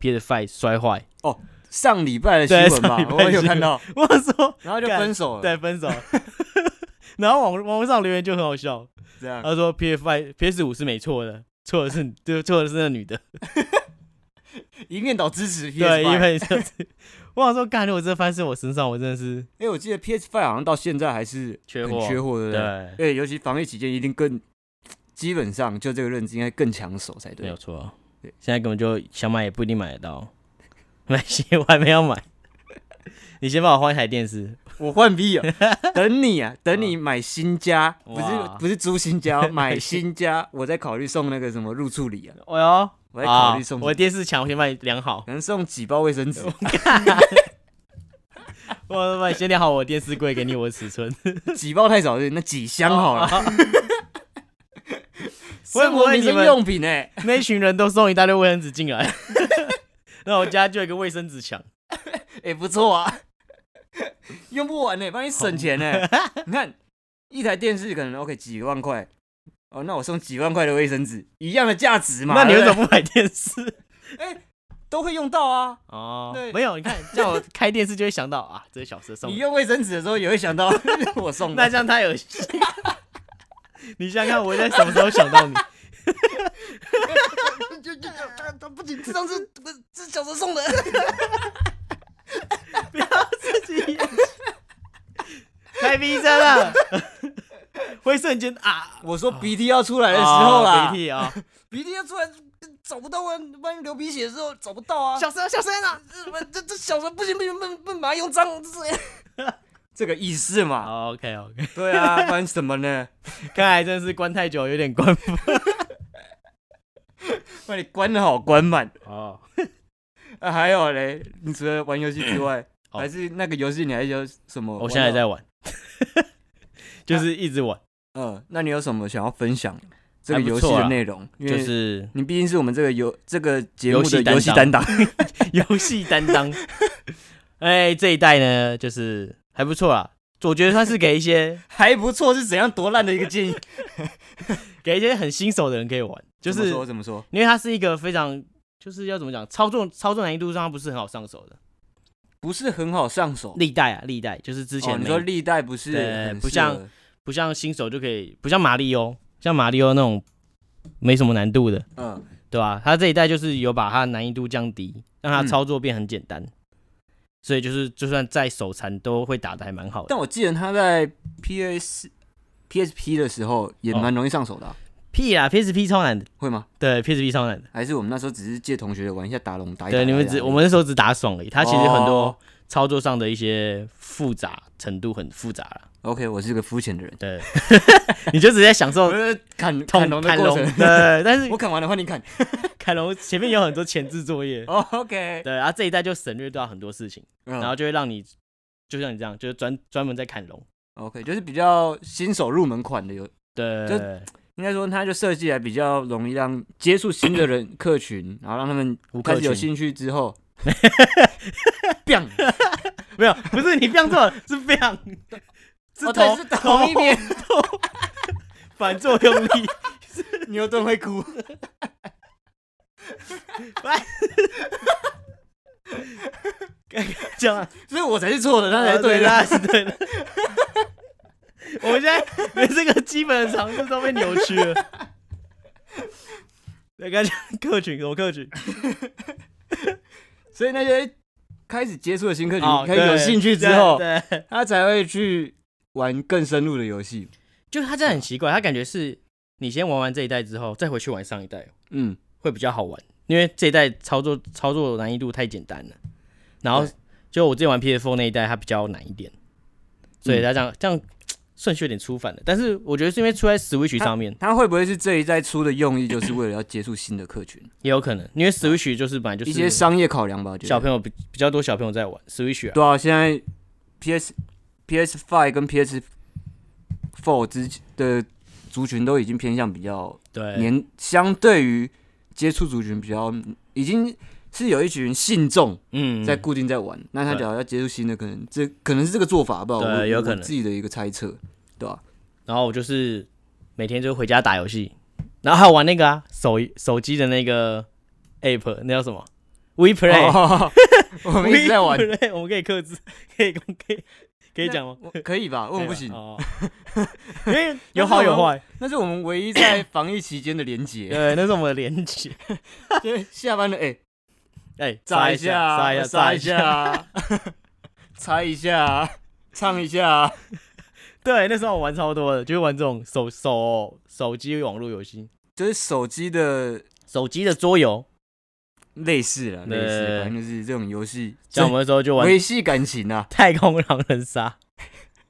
[SPEAKER 1] PS5 摔坏。 <laughs>
[SPEAKER 2] 上礼拜的新闻
[SPEAKER 1] 对上礼拜
[SPEAKER 2] 嘛，
[SPEAKER 1] 的
[SPEAKER 2] 我有看到，
[SPEAKER 1] 我说
[SPEAKER 2] 然后就
[SPEAKER 1] 干
[SPEAKER 2] 分手了，
[SPEAKER 1] 对，分手。 <laughs> 然后网网络上留言就很好笑，
[SPEAKER 2] 这样
[SPEAKER 1] 他说 PS 5 PS 五是没错的，错的是就错的是那女的，
[SPEAKER 2] 一面倒支持 PS。
[SPEAKER 1] 对，因为就是我想说，干，如果这翻身我身上，我真的是
[SPEAKER 2] 哎、我记得 PS Five 好像到现在还是
[SPEAKER 1] 缺
[SPEAKER 2] 很
[SPEAKER 1] 货，
[SPEAKER 2] 缺货，对不对？
[SPEAKER 1] 对，
[SPEAKER 2] 对，尤其防疫期间，一定更基本上就这个认知应该更抢手才
[SPEAKER 1] 没
[SPEAKER 2] 对
[SPEAKER 1] 有。错。
[SPEAKER 2] 对
[SPEAKER 1] 现在根本就想买也不一定买得到， <laughs> 买鞋我还没有买。 <laughs> 你先帮我换一台电视，
[SPEAKER 2] 我
[SPEAKER 1] <laughs>
[SPEAKER 2] 换 V 啊，等你啊，等你买新家，不是
[SPEAKER 1] 哇
[SPEAKER 2] 不是租新
[SPEAKER 1] <laughs>
[SPEAKER 2] 家哦，买新家，我在考虑送那个什么入处理啊，
[SPEAKER 1] 哎呦，
[SPEAKER 2] 我在考虑送
[SPEAKER 1] 啊我
[SPEAKER 2] 什么，
[SPEAKER 1] 的电视墙，我先帮你量好
[SPEAKER 2] <laughs> 可，能送几包卫
[SPEAKER 1] <laughs>
[SPEAKER 2] 生纸，
[SPEAKER 1] 我帮你先量好我的电视柜，给你我的尺寸。
[SPEAKER 2] 几包太少了，那几箱好了。
[SPEAKER 1] 哦 <laughs> 会不
[SPEAKER 2] 生活
[SPEAKER 1] 会
[SPEAKER 2] 民
[SPEAKER 1] 你
[SPEAKER 2] 生
[SPEAKER 1] 们
[SPEAKER 2] 用品哎、
[SPEAKER 1] 那群人都送一大堆卫生纸进来， <laughs> 那我家就有一个卫生纸墙。
[SPEAKER 2] 哎、不错啊， <laughs> 用不完呢、帮你省钱呢、 <laughs> 你看一台电视可能 OK 几万块，哦，那我送几万块的卫生纸，一样的价值嘛。
[SPEAKER 1] 那你为
[SPEAKER 2] 对
[SPEAKER 1] 什
[SPEAKER 2] 不对
[SPEAKER 1] 么不买电视？
[SPEAKER 2] 都会用到啊？
[SPEAKER 1] 哦
[SPEAKER 2] 对
[SPEAKER 1] 没有，你看，这样我开电视就会想到啊，这是小时送
[SPEAKER 2] 你
[SPEAKER 1] 的。
[SPEAKER 2] 用卫生纸的时候也会想
[SPEAKER 1] <laughs>
[SPEAKER 2] 到我送
[SPEAKER 1] 那
[SPEAKER 2] 的，
[SPEAKER 1] 这样太恶心。 <laughs> 你想想看，我会在什么时候想
[SPEAKER 2] <laughs>
[SPEAKER 1] 到你？
[SPEAKER 2] 就就就不仅这张是不是是小时候送的，
[SPEAKER 1] 不要自己演戏，太逼真了， <laughs> 会瞬间啊
[SPEAKER 2] 我说鼻涕要出来的时候啦，
[SPEAKER 1] 哦鼻涕啊，
[SPEAKER 2] 鼻涕要出来找不到啊，万一流鼻血的时候找不到啊。
[SPEAKER 1] 小声小声啊！
[SPEAKER 2] 这这这小时候不行不行，不不马上用脏，这 <laughs> 这个意思嘛？
[SPEAKER 1] 好，OK OK，
[SPEAKER 2] 对啊，不然什么 <laughs> 呢？
[SPEAKER 1] 哦 <laughs> 看来真的是关太久，有点关不
[SPEAKER 2] 把你关的好关满。
[SPEAKER 1] 哦。
[SPEAKER 2] 啊，还有嘞，你除了玩游戏之外，
[SPEAKER 1] 哦
[SPEAKER 2] 还是那个游戏你还有什么玩到？
[SPEAKER 1] 我现在也在玩，就是一直玩，
[SPEAKER 2] 嗯，那你有什么想要分享这个
[SPEAKER 1] 还不
[SPEAKER 2] 游戏
[SPEAKER 1] 错
[SPEAKER 2] 的
[SPEAKER 1] 啦
[SPEAKER 2] 内容？因
[SPEAKER 1] 就
[SPEAKER 2] 为
[SPEAKER 1] 是
[SPEAKER 2] 你毕竟啊是我们这个游这个节目
[SPEAKER 1] 游戏
[SPEAKER 2] 的
[SPEAKER 1] 担
[SPEAKER 2] 游戏
[SPEAKER 1] 当
[SPEAKER 2] 担当，
[SPEAKER 1] 游戏担当。哎，这一代呢，就是还不错啦，我觉得算是给一
[SPEAKER 2] <laughs>
[SPEAKER 1] 些
[SPEAKER 2] <laughs> 还不错，是怎样多烂的一个建议？
[SPEAKER 1] 给一些很新手的人可以玩，就
[SPEAKER 2] <laughs> 怎么
[SPEAKER 1] 是
[SPEAKER 2] 说怎么说？
[SPEAKER 1] 因为它是一个非常就是要怎么讲，操作操作难易度上它不是很好上手的。
[SPEAKER 2] 不是很好上手。
[SPEAKER 1] 历代啊，历代就是之前、
[SPEAKER 2] 哦，你说历代不是
[SPEAKER 1] 对
[SPEAKER 2] 很
[SPEAKER 1] 不
[SPEAKER 2] 适
[SPEAKER 1] 像
[SPEAKER 2] 合
[SPEAKER 1] 不像新手就可以，不像马里欧，像马里欧那种没什么难度的，
[SPEAKER 2] 嗯，
[SPEAKER 1] 对吧、它这一代就是有把它的难易度降低，让它
[SPEAKER 2] 嗯
[SPEAKER 1] 操作变很简单，所以就是就算再手残都会打的还蛮好的。
[SPEAKER 2] 但我记得他在 PS PSP 的时候也蛮
[SPEAKER 1] 哦
[SPEAKER 2] 容易上手的啊、
[SPEAKER 1] 屁啦，PSP 超难的，
[SPEAKER 2] 会吗？
[SPEAKER 1] 对，PSP 超难的。
[SPEAKER 2] 还是我们那时候只是借同学的玩一下打龙打一啊打？
[SPEAKER 1] 对，你们
[SPEAKER 2] 打一
[SPEAKER 1] 只
[SPEAKER 2] 打
[SPEAKER 1] 我们那时候只打爽而已，它其实很
[SPEAKER 2] 哎哦
[SPEAKER 1] 多操作上的一些复杂程度很复杂了。
[SPEAKER 2] OK，我是个肤浅的人，
[SPEAKER 1] 对，你就直接享受
[SPEAKER 2] 我是砍 <laughs> 砍
[SPEAKER 1] 痛
[SPEAKER 2] 龙
[SPEAKER 1] 哦
[SPEAKER 2] 的
[SPEAKER 1] 砍
[SPEAKER 2] 过
[SPEAKER 1] 龙，
[SPEAKER 2] 程，
[SPEAKER 1] 对，但是
[SPEAKER 2] 我砍完了换你砍。
[SPEAKER 1] 砍龙前面有很多前置作业，
[SPEAKER 2] 哦 OK，嗯
[SPEAKER 1] 对，然啊后这一代就省略掉很多事情，
[SPEAKER 2] 然
[SPEAKER 1] 然后就会让你就像你这样，就是专专门在砍龙，
[SPEAKER 2] OK 就是比较新手入门款的游，
[SPEAKER 1] 对，
[SPEAKER 2] 就应该说它就设计来比较容易让接触新的人客群，然后让他们
[SPEAKER 1] 无
[SPEAKER 2] 开
[SPEAKER 1] 客
[SPEAKER 2] 始有
[SPEAKER 1] 群，
[SPEAKER 2] 兴趣之
[SPEAKER 1] <laughs>
[SPEAKER 2] 后，砰，
[SPEAKER 1] 没有，不是你样错了， <laughs> 是样，是
[SPEAKER 2] 哦对
[SPEAKER 1] 头
[SPEAKER 2] 是同一边，
[SPEAKER 1] 反作用力，
[SPEAKER 2] 牛顿会哭。
[SPEAKER 1] 这样啊，
[SPEAKER 2] 所以我才是错的，他才
[SPEAKER 1] 啊
[SPEAKER 2] 是对的。
[SPEAKER 1] 那是 <laughs> 对的。 <laughs> 我们现在连这个基本的常识都被扭曲了。 <laughs> 那个客群什么客群？
[SPEAKER 2] 所以那些开始接触的新客群，
[SPEAKER 1] 哦
[SPEAKER 2] 开始有
[SPEAKER 1] 对
[SPEAKER 2] 兴趣之后，
[SPEAKER 1] 对，对
[SPEAKER 2] 他才会去玩更深入的游戏。
[SPEAKER 1] 就是他真的很奇怪，他感觉是你先玩完这一代之后，再回去玩上一代
[SPEAKER 2] 嗯，
[SPEAKER 1] 会比较好玩，因为这一代操作操作难易度太简单了。然后
[SPEAKER 2] 对
[SPEAKER 1] 就我之前玩 PS4 那一代，它比较难一点，所
[SPEAKER 2] 嗯
[SPEAKER 1] 以他这样、这样顺序有点出反了。但是我觉得是因为出在 Switch 上面，
[SPEAKER 2] 他会不会是这一代出的用意，就是为了要接触新的客群，
[SPEAKER 1] 也有可能，因为 Switch 就是本来就是
[SPEAKER 2] 一些商业考量吧？我觉
[SPEAKER 1] 小
[SPEAKER 2] 得。
[SPEAKER 1] 朋友比比较多小朋友在玩 Switch 啊，
[SPEAKER 2] 对啊，现在 PS PS Five 跟 PS Four 之的族群都已经偏向比较
[SPEAKER 1] 对，
[SPEAKER 2] 年，相对于接触族群比较已经。是有一群信众
[SPEAKER 1] 嗯，
[SPEAKER 2] 在固定在玩，那他
[SPEAKER 1] 对
[SPEAKER 2] 假如要接触新的，可能这可能是这个做法吧，
[SPEAKER 1] 对
[SPEAKER 2] 我
[SPEAKER 1] 有
[SPEAKER 2] 我
[SPEAKER 1] 可能
[SPEAKER 2] 自己的一个猜测，对吧、
[SPEAKER 1] 然后我就是每天就回家打游戏，然后还有玩那个啊手手机的那个 app，那叫什么？WePlay，、
[SPEAKER 2] 哦 <laughs> 我们一直在玩，
[SPEAKER 1] WePlay，我们可以克制，可以公可以可以讲吗？
[SPEAKER 2] <laughs> 我可以吧？
[SPEAKER 1] 可以
[SPEAKER 2] 为什么
[SPEAKER 1] 吧
[SPEAKER 2] 不
[SPEAKER 1] <laughs>
[SPEAKER 2] 行？
[SPEAKER 1] 哦，因为有好有 <laughs> 坏，
[SPEAKER 2] 那是我们唯一在防疫期间的连结。
[SPEAKER 1] 对，那是我们的连接。 <laughs>
[SPEAKER 2] <laughs> 就是下班了，哎、
[SPEAKER 1] 哎，
[SPEAKER 2] 炸
[SPEAKER 1] 一
[SPEAKER 2] 一
[SPEAKER 1] <laughs> 撒一下， <laughs>
[SPEAKER 2] 下，炸
[SPEAKER 1] 撒
[SPEAKER 2] 一，下， <laughs> 猜一下，唱一下。
[SPEAKER 1] 对，那时候我玩超多的，就是玩这种手手手机网络游戏，
[SPEAKER 2] 就是手机的
[SPEAKER 1] 手机的桌游。
[SPEAKER 2] 类似了，类似，
[SPEAKER 1] 对
[SPEAKER 2] 反正就是这种游戏，
[SPEAKER 1] 像我们那时候就玩
[SPEAKER 2] 维系感情啊。
[SPEAKER 1] <laughs> 太空狼人杀，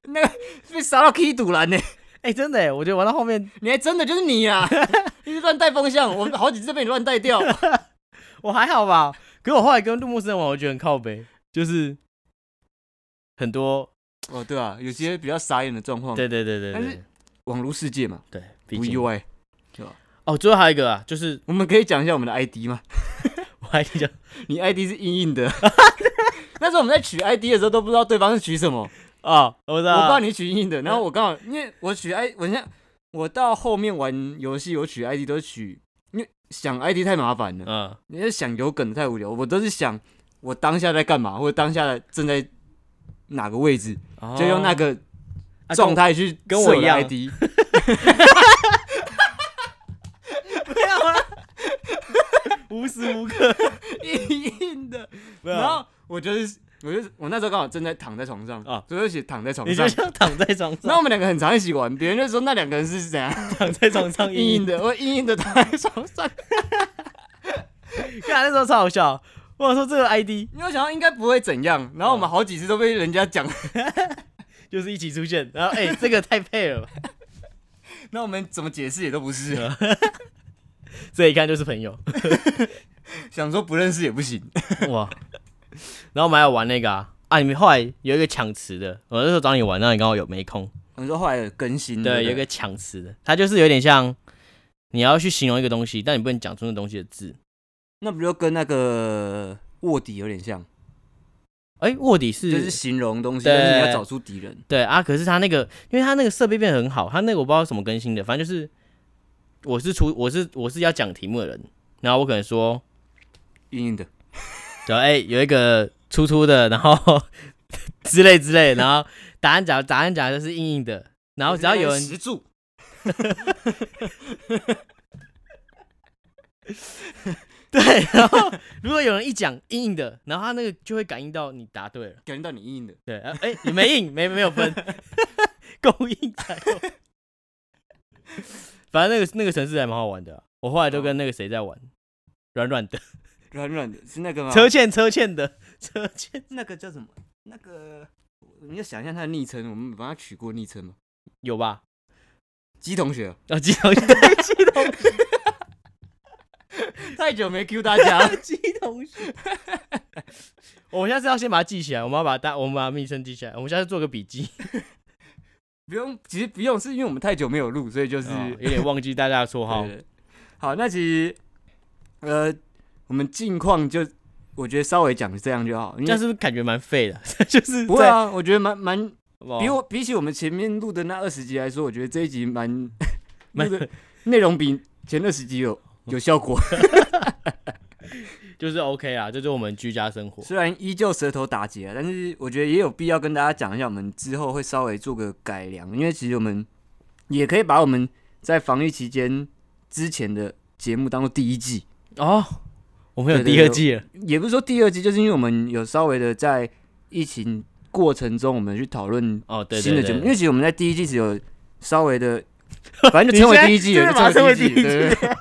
[SPEAKER 2] 那个被杀到 K 堵栏呢，
[SPEAKER 1] 哎、真的哎，我觉得玩到后面，
[SPEAKER 2] 你还真的就是
[SPEAKER 1] <laughs>
[SPEAKER 2] 你啊！一直乱带风向，我好几次被你乱带掉。
[SPEAKER 1] 我还好吧，可是我后来跟陆陌生人玩，我觉得很靠北，就是很多，
[SPEAKER 2] 哦，对啊，有些比较傻眼的状况，
[SPEAKER 1] 对对对对
[SPEAKER 2] 但是
[SPEAKER 1] 对
[SPEAKER 2] 网络世界嘛，
[SPEAKER 1] 对，毕
[SPEAKER 2] 不意
[SPEAKER 1] 竟
[SPEAKER 2] 外。
[SPEAKER 1] 哦，最后还有一个啊，就是
[SPEAKER 2] 我们可以讲一下我们的 ID 吗？
[SPEAKER 1] 我还记得，
[SPEAKER 2] 你 ID 是硬
[SPEAKER 1] <laughs>
[SPEAKER 2] 硬的。 <laughs> 那时候我们在取 ID 的时候都不知道对方是取什么，
[SPEAKER 1] 哦，我知
[SPEAKER 2] 我
[SPEAKER 1] 道，
[SPEAKER 2] 不知道你取硬硬的，然后我刚好因为我取 I，我现在我到后面玩游戏，我取 ID 都是取，因为想 ID 太麻烦了，
[SPEAKER 1] 嗯，
[SPEAKER 2] 你要想有梗的太无聊，我都是想我当下在干嘛，或者当下正在哪个位置，
[SPEAKER 1] 哦
[SPEAKER 2] 就用那个
[SPEAKER 1] 啊跟我
[SPEAKER 2] 状态去
[SPEAKER 1] 跟我
[SPEAKER 2] 设
[SPEAKER 1] 一样
[SPEAKER 2] ID。
[SPEAKER 1] 没有啦， <laughs> 无时无刻
[SPEAKER 2] <laughs> 硬硬的。
[SPEAKER 1] 没
[SPEAKER 2] 然
[SPEAKER 1] 有，啊
[SPEAKER 2] 后我就是，我就是，我那时候刚好正在躺在床上
[SPEAKER 1] 啊
[SPEAKER 2] 所以我就写躺在床
[SPEAKER 1] 你
[SPEAKER 2] 上
[SPEAKER 1] 就。
[SPEAKER 2] <laughs>
[SPEAKER 1] 像躺在床
[SPEAKER 2] 然后
[SPEAKER 1] 上，
[SPEAKER 2] 我们两个很常一起玩，别人就说那两个人是怎 <laughs> 样
[SPEAKER 1] 躺在床上
[SPEAKER 2] 硬
[SPEAKER 1] 硬
[SPEAKER 2] 硬的，我硬硬的 <laughs> 躺在床上。
[SPEAKER 1] 看那时候超好笑，我想说这个 ID
[SPEAKER 2] 因为我想到应该不会怎样，然后我们好几次都被人家讲，
[SPEAKER 1] 就是一起出现，然后
[SPEAKER 2] <laughs>
[SPEAKER 1] 哎、这个太配了吧，
[SPEAKER 2] 那我们怎么解释也都不是，
[SPEAKER 1] 这一看就是朋友，
[SPEAKER 2] <laughs> 想说不认识也不行。
[SPEAKER 1] 哇， <laughs> 然后我们还有玩那个啊，啊，你们后来有一个抢词的，我那时候找你玩，那你刚好有没空，
[SPEAKER 2] <laughs> 我说后来有更新，
[SPEAKER 1] 对，有一个抢词的，它就是有点像你要去形容一个东西，但你不能讲出那东西的字。
[SPEAKER 2] 那不就跟那个卧底有点像，
[SPEAKER 1] 哎、卧底是、
[SPEAKER 2] 就是形容东西，
[SPEAKER 1] 对
[SPEAKER 2] 但是你要找出敌人。
[SPEAKER 1] 对啊，可是他那个，因为他那个设备变得很好，他那个我不知道什么更新的，反正就是我是出我是我是要讲题目的人，然后我可能说，
[SPEAKER 2] 硬硬的，
[SPEAKER 1] 对，哎、有一个粗粗的，然后 <laughs> 之类之类，然后答案假如答案假如就是硬硬的，然后只要有人
[SPEAKER 2] 石柱，
[SPEAKER 1] 对，然后如果有人一讲硬硬的，然后他那个就会感应到你答对了，
[SPEAKER 2] 感觉到你硬硬的。
[SPEAKER 1] 对，啊哎、你没硬，没没有分， <laughs> 够硬才有。反正那个那个城市还蛮好玩的啊、我后来都跟那个谁在玩，软软的
[SPEAKER 2] 软软的，是那个吗？
[SPEAKER 1] 车欠车欠的 <laughs> 车欠，
[SPEAKER 2] 那个叫什么？那个你要想一下他的昵称，我们帮他取过昵称吗？
[SPEAKER 1] 有吧？ <laughs>
[SPEAKER 2] 鸡同学，
[SPEAKER 1] 啊，鸡同学，鸡同
[SPEAKER 2] <laughs> 太久没 Q 大家
[SPEAKER 1] <laughs>
[SPEAKER 2] 了。
[SPEAKER 1] 鸡同学。 <laughs> 我们下次要先把它记起来，我们要把它，我们把昵称记起来，我们下次做个笔记。
[SPEAKER 2] <laughs> 不用，其实不用，是因为我们太久没有录，所以就是、
[SPEAKER 1] 哦有点忘记大家的绰号
[SPEAKER 2] 对。对对好，那其实呃，我们近况就我觉得稍微讲这样就好，因
[SPEAKER 1] 这样
[SPEAKER 2] 为
[SPEAKER 1] 是不是感觉蛮废的？ <laughs> 就是哦
[SPEAKER 2] 不会啊，我觉得蛮蛮
[SPEAKER 1] 在，
[SPEAKER 2] 比我比起我们前面录的那二十集来说，我觉得这一集蛮
[SPEAKER 1] 蛮
[SPEAKER 2] <laughs> 录的内容比前二十集 <laughs> 有有效果，
[SPEAKER 1] 就是 OK 啦，这就是我们居家生活。
[SPEAKER 2] 虽然依旧舌头打结啊，但是我觉得也有必要跟大家讲一下，我们之后会稍微做个改良，因为其实我们也可以把我们在防疫期间之前的节目当做第一季，
[SPEAKER 1] 哦，我们有
[SPEAKER 2] 对对
[SPEAKER 1] 第二
[SPEAKER 2] 对
[SPEAKER 1] 季了。
[SPEAKER 2] 也不是说第二季，就是因为我们有稍微的在疫情过程中，我们去讨论
[SPEAKER 1] 哦，对
[SPEAKER 2] 新
[SPEAKER 1] 对
[SPEAKER 2] 的节目，
[SPEAKER 1] 对，
[SPEAKER 2] 因为其实我们在第一季只有稍微的，反正就成为第一季了，
[SPEAKER 1] 你现在
[SPEAKER 2] <laughs> 就成为第一季，
[SPEAKER 1] 真的
[SPEAKER 2] 对对 <laughs> 对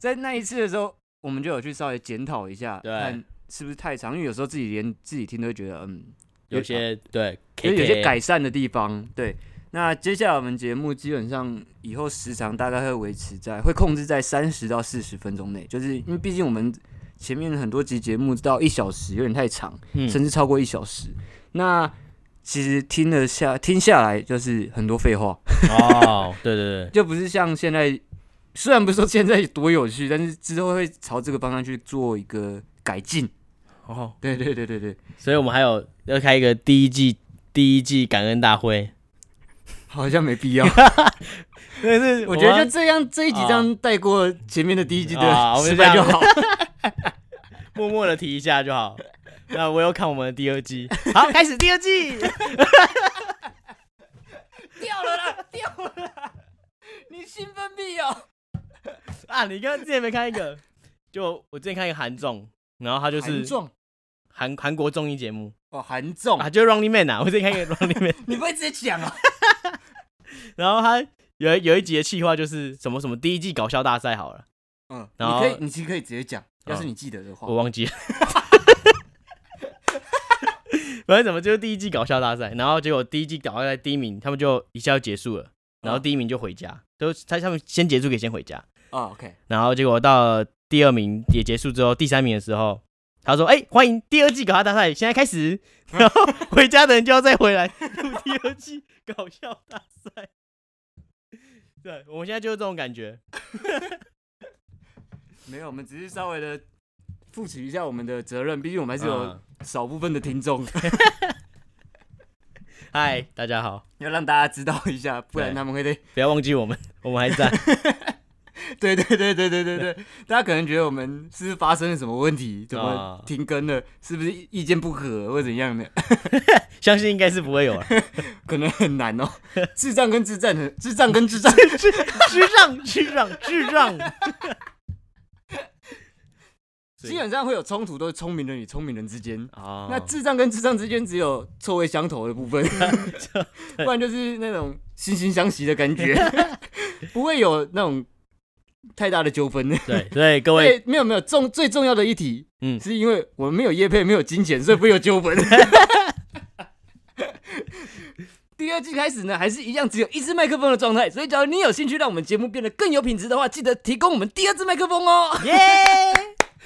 [SPEAKER 2] 在那一次的时候，我们就有去稍微检讨一下，
[SPEAKER 1] 对
[SPEAKER 2] 看是不是太长，因为有时候自己连自己听都会觉得，嗯，
[SPEAKER 1] 有些对，
[SPEAKER 2] 就有
[SPEAKER 1] KK
[SPEAKER 2] 些改善的地方。对，那接下来我们节目基本上以后时长大概会维持在，会控制在三十到四十分钟内，就是因为毕竟我们前面很多集节目到一小时有点太长，
[SPEAKER 1] 嗯
[SPEAKER 2] 甚至超过一小时。那其实听了下听下来就是很多废话， <laughs>
[SPEAKER 1] 哦，对对对，
[SPEAKER 2] 就不是像现在，虽然不是说现在多有趣，但是之后会朝这个方向去做一个改进。
[SPEAKER 1] 哦，
[SPEAKER 2] 对对对对对，
[SPEAKER 1] 所以我们还有要开一个第一季第一季感恩大会，
[SPEAKER 2] 好像没必要。
[SPEAKER 1] 但
[SPEAKER 2] <laughs>
[SPEAKER 1] 是
[SPEAKER 2] 我觉得就
[SPEAKER 1] 就
[SPEAKER 2] 这样这一集
[SPEAKER 1] 啊
[SPEAKER 2] 这样带过前面的第一集
[SPEAKER 1] 啊
[SPEAKER 2] 的
[SPEAKER 1] 我们
[SPEAKER 2] 失
[SPEAKER 1] 这
[SPEAKER 2] 败就
[SPEAKER 1] 样
[SPEAKER 2] 好。
[SPEAKER 1] <laughs> 默默的提一下就好。那我有看我们的第二季，好，开始第二
[SPEAKER 2] <laughs>
[SPEAKER 1] 季。
[SPEAKER 2] 掉了啦，掉了啦！你兴奋屁哦！
[SPEAKER 1] 啊，你刚刚之前没看一个，就我之前看一个韩综，然后他就是
[SPEAKER 2] 韩综
[SPEAKER 1] 韩韩国综艺节目
[SPEAKER 2] 哦，韩综，
[SPEAKER 1] 啊，就是 Running Man 啊，我之前看一个 <laughs> Running Man，
[SPEAKER 2] 你不会直接讲啊？
[SPEAKER 1] 然后他有有一集的企划就是什么什么第一季搞笑大赛好了，
[SPEAKER 2] 嗯，
[SPEAKER 1] 然
[SPEAKER 2] 你
[SPEAKER 1] 后
[SPEAKER 2] 可以，你其实可以直接讲，要是你记得的话
[SPEAKER 1] 我。忘
[SPEAKER 2] <laughs>
[SPEAKER 1] 记了，反正怎么就是第一季搞笑大赛，然后结果第一季搞笑大赛第一名他们就一下就结束了，然后第一名就回家，都他他们先结束可以先回家，
[SPEAKER 2] 哦，OK，
[SPEAKER 1] 然后结果到了第二名也结束之后，第三名的时候，他说：“哎、欢迎第二季搞笑大赛，现在开始。”然后回家的人就要再回来录第二季搞笑大赛。 <laughs> 对，我们现在就是这种感觉。
[SPEAKER 2] 没有，我们只是稍微的负起一下我们的责任，毕竟我们还是有
[SPEAKER 1] 嗯
[SPEAKER 2] 少部分的听 <laughs> 众，
[SPEAKER 1] 嗨、大家好，
[SPEAKER 2] 要让大家知道一下，不然
[SPEAKER 1] 对
[SPEAKER 2] 他们会对，
[SPEAKER 1] 不要忘记我们， <laughs> 我们还在。
[SPEAKER 2] <laughs> 对对对对对对对，大家可能觉得我们是不是发生了什么问题，怎么
[SPEAKER 1] 啊
[SPEAKER 2] 停更了，是不是意意见不合或怎样的，
[SPEAKER 1] 相信应该是不会有
[SPEAKER 2] <laughs>
[SPEAKER 1] 了。
[SPEAKER 2] 可能很难哦。智障跟智障很，智障跟智障，
[SPEAKER 1] 智障，智障，智
[SPEAKER 2] <laughs>
[SPEAKER 1] 障。
[SPEAKER 2] 基本上会有冲突，都是聪明人与聪明人之间。
[SPEAKER 1] 啊，
[SPEAKER 2] 那智障跟智障之间只有臭味相投的部分，不然就是那种惺惺相惜的感觉，不会有那种太大的纠纷。
[SPEAKER 1] 对对，各位，
[SPEAKER 2] 对，没有没有重最重要的一题，
[SPEAKER 1] 嗯
[SPEAKER 2] 是因为我们没有业配，没有金钱，所以不会有纠纷。 <laughs> 第二季开始呢，还是一样只有一支麦克风的状态，所以假如你有兴趣让我们节目变得更有品质的话，记得提供我们第二支麦克风哦， <laughs>
[SPEAKER 1] 耶！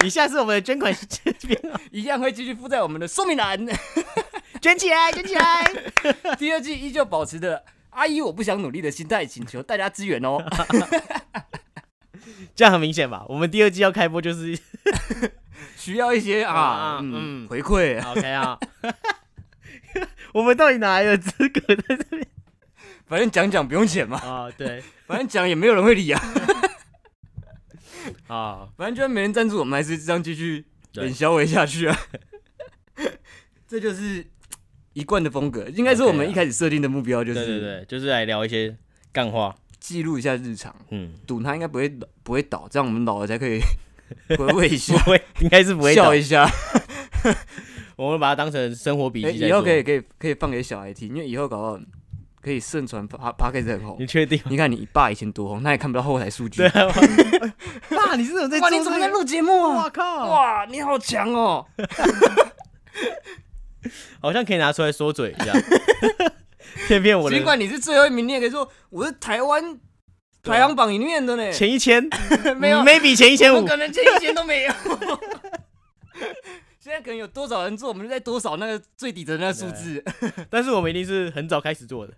[SPEAKER 1] 以下是我们的捐款这边
[SPEAKER 2] 一样会继续附在我们的说明栏。
[SPEAKER 1] 卷起来，卷起来！
[SPEAKER 2] 第二季依旧保持着阿姨我不想努力的心态，请求大家支援 <laughs> 哦。
[SPEAKER 1] <laughs> 这样很明显吧？我们第二季要开播就是
[SPEAKER 2] 需要一些啊
[SPEAKER 1] 啊，
[SPEAKER 2] 嗯，
[SPEAKER 1] 嗯
[SPEAKER 2] 回馈，
[SPEAKER 1] OK 啊。 <laughs> 我们到底哪来的资格在这边
[SPEAKER 2] 反正讲讲不用钱嘛，
[SPEAKER 1] 啊？对
[SPEAKER 2] 反正讲也没有人会理啊，
[SPEAKER 1] 啊，
[SPEAKER 2] 反正就算没人赞助，我们还是这样继续
[SPEAKER 1] 对
[SPEAKER 2] 脸消维下去啊。 <laughs> 这就是一贯的风格，应该是我们
[SPEAKER 1] OK 啊
[SPEAKER 2] 一开始设定的目标，就
[SPEAKER 1] 对对
[SPEAKER 2] 是
[SPEAKER 1] 对，就是来聊一些干话。
[SPEAKER 2] 记录一下日常，
[SPEAKER 1] 嗯，
[SPEAKER 2] 赌它应该不会不会倒，这样我们老了才可以 <laughs> 回味一下
[SPEAKER 1] <laughs> 不。会，应该是 <laughs> 不会倒
[SPEAKER 2] 笑。一下，
[SPEAKER 1] 我们把它当成生活笔
[SPEAKER 2] 哎
[SPEAKER 1] 记在
[SPEAKER 2] 以后
[SPEAKER 1] 做
[SPEAKER 2] 可。以可以可以放给小孩听，因为以后搞不好可以盛传 p o d c a
[SPEAKER 1] <laughs>
[SPEAKER 2] 很红
[SPEAKER 1] 你。确定？
[SPEAKER 2] 你看你爸以前多红，他也看不到后台数据。
[SPEAKER 1] 对 <laughs> 啊，爸，你是怎么在
[SPEAKER 2] 哇，
[SPEAKER 1] 做
[SPEAKER 2] 你怎么在
[SPEAKER 1] 这个？
[SPEAKER 2] 录节目啊
[SPEAKER 1] 哇？靠！
[SPEAKER 2] 哇，你好强哦！
[SPEAKER 1] 好像可以拿出来说嘴一下， <laughs> 骗骗我的
[SPEAKER 2] 尽管你是最后一名，你也可以说我是台湾
[SPEAKER 1] 对啊
[SPEAKER 2] 排行榜里面的呢。
[SPEAKER 1] 前一 <laughs> 千，
[SPEAKER 2] <laughs>
[SPEAKER 1] 嗯
[SPEAKER 2] 没有，
[SPEAKER 1] ，maybe 前一千
[SPEAKER 2] 我
[SPEAKER 1] 五
[SPEAKER 2] 可能前一千都没有。 <laughs> 现在可能有多少人做，我们就在多少那个最底层的那个数字。
[SPEAKER 1] 但是我们一定是很早开始
[SPEAKER 2] <laughs>
[SPEAKER 1] 做的。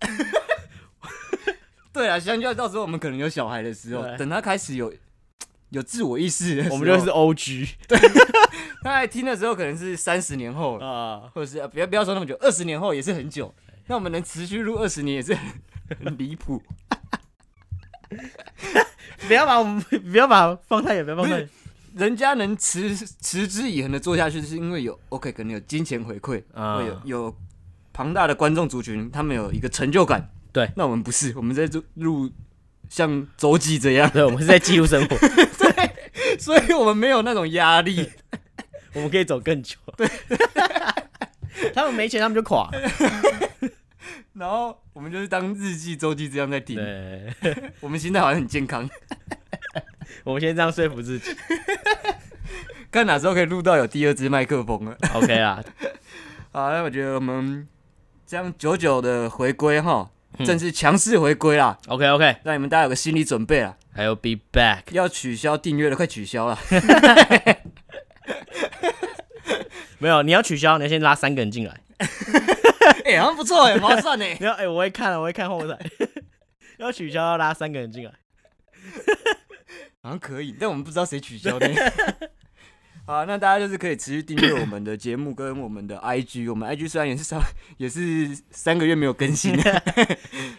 [SPEAKER 2] 对啊，相较到时候我们可能有小孩的时候，
[SPEAKER 1] 对
[SPEAKER 2] 等他开始有有自我意识的时候，
[SPEAKER 1] 我们就是 O G
[SPEAKER 2] 他来听的时候，可能是三十年后了，
[SPEAKER 1] 啊，
[SPEAKER 2] 或者是呃不要不要说那么久，二十年后也是很久。那我们能持续录二十年也是很很离谱。
[SPEAKER 1] 不要把我们不要把放太远，不要放太
[SPEAKER 2] 不
[SPEAKER 1] 远
[SPEAKER 2] 人家能持持之以恒的做下去，是因为有 OK，可能有金钱回馈，
[SPEAKER 1] 啊
[SPEAKER 2] 会有有庞大的观众族群，他们有一个成就感。
[SPEAKER 1] 对，
[SPEAKER 2] 那我们不是，我们在录录像周记这 <laughs> 样，
[SPEAKER 1] 对，我们是在记录生活， <laughs>
[SPEAKER 2] 所以我们没有那种压力。
[SPEAKER 1] 我们可以走更久。 <laughs> 对，他们没钱，他们就垮。
[SPEAKER 2] 然后我们就是当日记、周记这样在听，
[SPEAKER 1] 对，
[SPEAKER 2] 我们心态好像很健康。
[SPEAKER 1] 我们先这样说服自己。
[SPEAKER 2] 看哪时候可以录到有第二支麦克风了。 <laughs>
[SPEAKER 1] OK 啦，
[SPEAKER 2] 好，那我觉得我们这样久久的回归哈，正式强势回归啦，
[SPEAKER 1] OK OK，
[SPEAKER 2] 让你们大家有个心理准备啦。
[SPEAKER 1] 还有 Be Back，
[SPEAKER 2] 要取消订阅了，快取消了。
[SPEAKER 1] 没有，你要取消，你要先拉三个人进来。
[SPEAKER 2] <laughs> 哎、好像不错哎、欸，划算哎、
[SPEAKER 1] 你要哎、我会看，我会看后台。 <laughs> 要取消，要拉三个人进来。
[SPEAKER 2] 好像可以，但我们不知道谁取消的。好，那大家就是可以持续订阅我们的节目跟我们的 IG，我们 IG 虽然也是三也是三个月没有更新，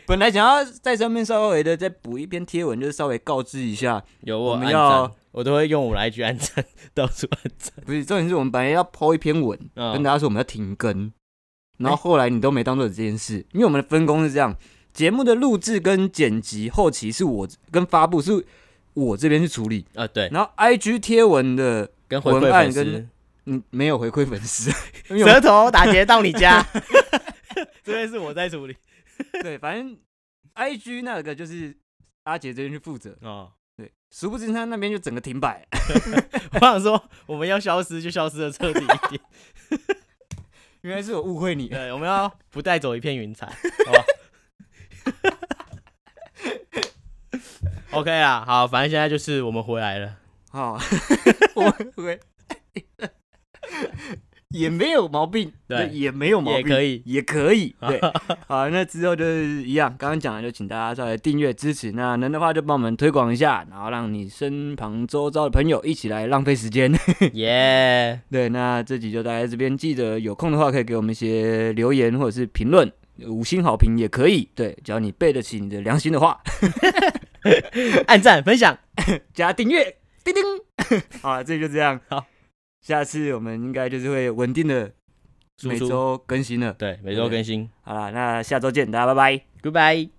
[SPEAKER 2] 本来想要在上面稍微的再补一篇贴文，就是稍微告知一下，
[SPEAKER 1] 有我
[SPEAKER 2] 我们
[SPEAKER 1] 按
[SPEAKER 2] 要
[SPEAKER 1] 赞，我都会用我来去按赞，到处按赞。
[SPEAKER 2] 不是重点是我们本来要抛一篇文，
[SPEAKER 1] 嗯
[SPEAKER 2] 跟大家说我们要停更，然后后来你都没当做这件事，因为我们的分工是这样，节目的录制跟剪辑后期是我跟发布是我这边去处理，
[SPEAKER 1] 啊，对，
[SPEAKER 2] 然后 IG 贴文的
[SPEAKER 1] 跟回馈
[SPEAKER 2] 文案
[SPEAKER 1] 粉
[SPEAKER 2] 跟
[SPEAKER 1] 丝，
[SPEAKER 2] 嗯没有回馈粉丝，因为
[SPEAKER 1] 舌头打结到你家， <laughs> 这边是我在处理
[SPEAKER 2] 我对，反正 I G 那个就是阿杰这边去负责，
[SPEAKER 1] 哦。
[SPEAKER 2] 对，殊不知他那边就整个停摆，
[SPEAKER 1] 我想说，我们要消失就消失的彻底一
[SPEAKER 2] <laughs>
[SPEAKER 1] 点，
[SPEAKER 2] 原来是我误会你，
[SPEAKER 1] 对，我们要不带走一片云彩，好 <laughs> 吧？OK 啦，好，反正现在就是我们回来了，
[SPEAKER 2] 好， <laughs> 我回也没有毛病，
[SPEAKER 1] 对
[SPEAKER 2] 也没有毛
[SPEAKER 1] 也
[SPEAKER 2] 病，
[SPEAKER 1] 可以， <laughs>
[SPEAKER 2] 也可以，对，好，那之后就是一样，刚刚讲的就请大家稍微订阅支持，那能的话就帮我们推广一下，然后让你身旁周遭的朋友一起来浪费时间。
[SPEAKER 1] 耶、
[SPEAKER 2] 对，那这集就大概这边，记得有空的话可以给我们一些留言或者是评论，五星好评也可以，对，只要你背得起你的良心的话，
[SPEAKER 1] 按赞分享，
[SPEAKER 2] 加订阅，叮叮，好了，这就这样，
[SPEAKER 1] 好，
[SPEAKER 2] 下次我们应该就是会稳定的
[SPEAKER 1] 输
[SPEAKER 2] 每
[SPEAKER 1] 出，
[SPEAKER 2] 周更新了，
[SPEAKER 1] 对，每周更新
[SPEAKER 2] 好啦，那下周见，大家拜拜。
[SPEAKER 1] ，Goodbye。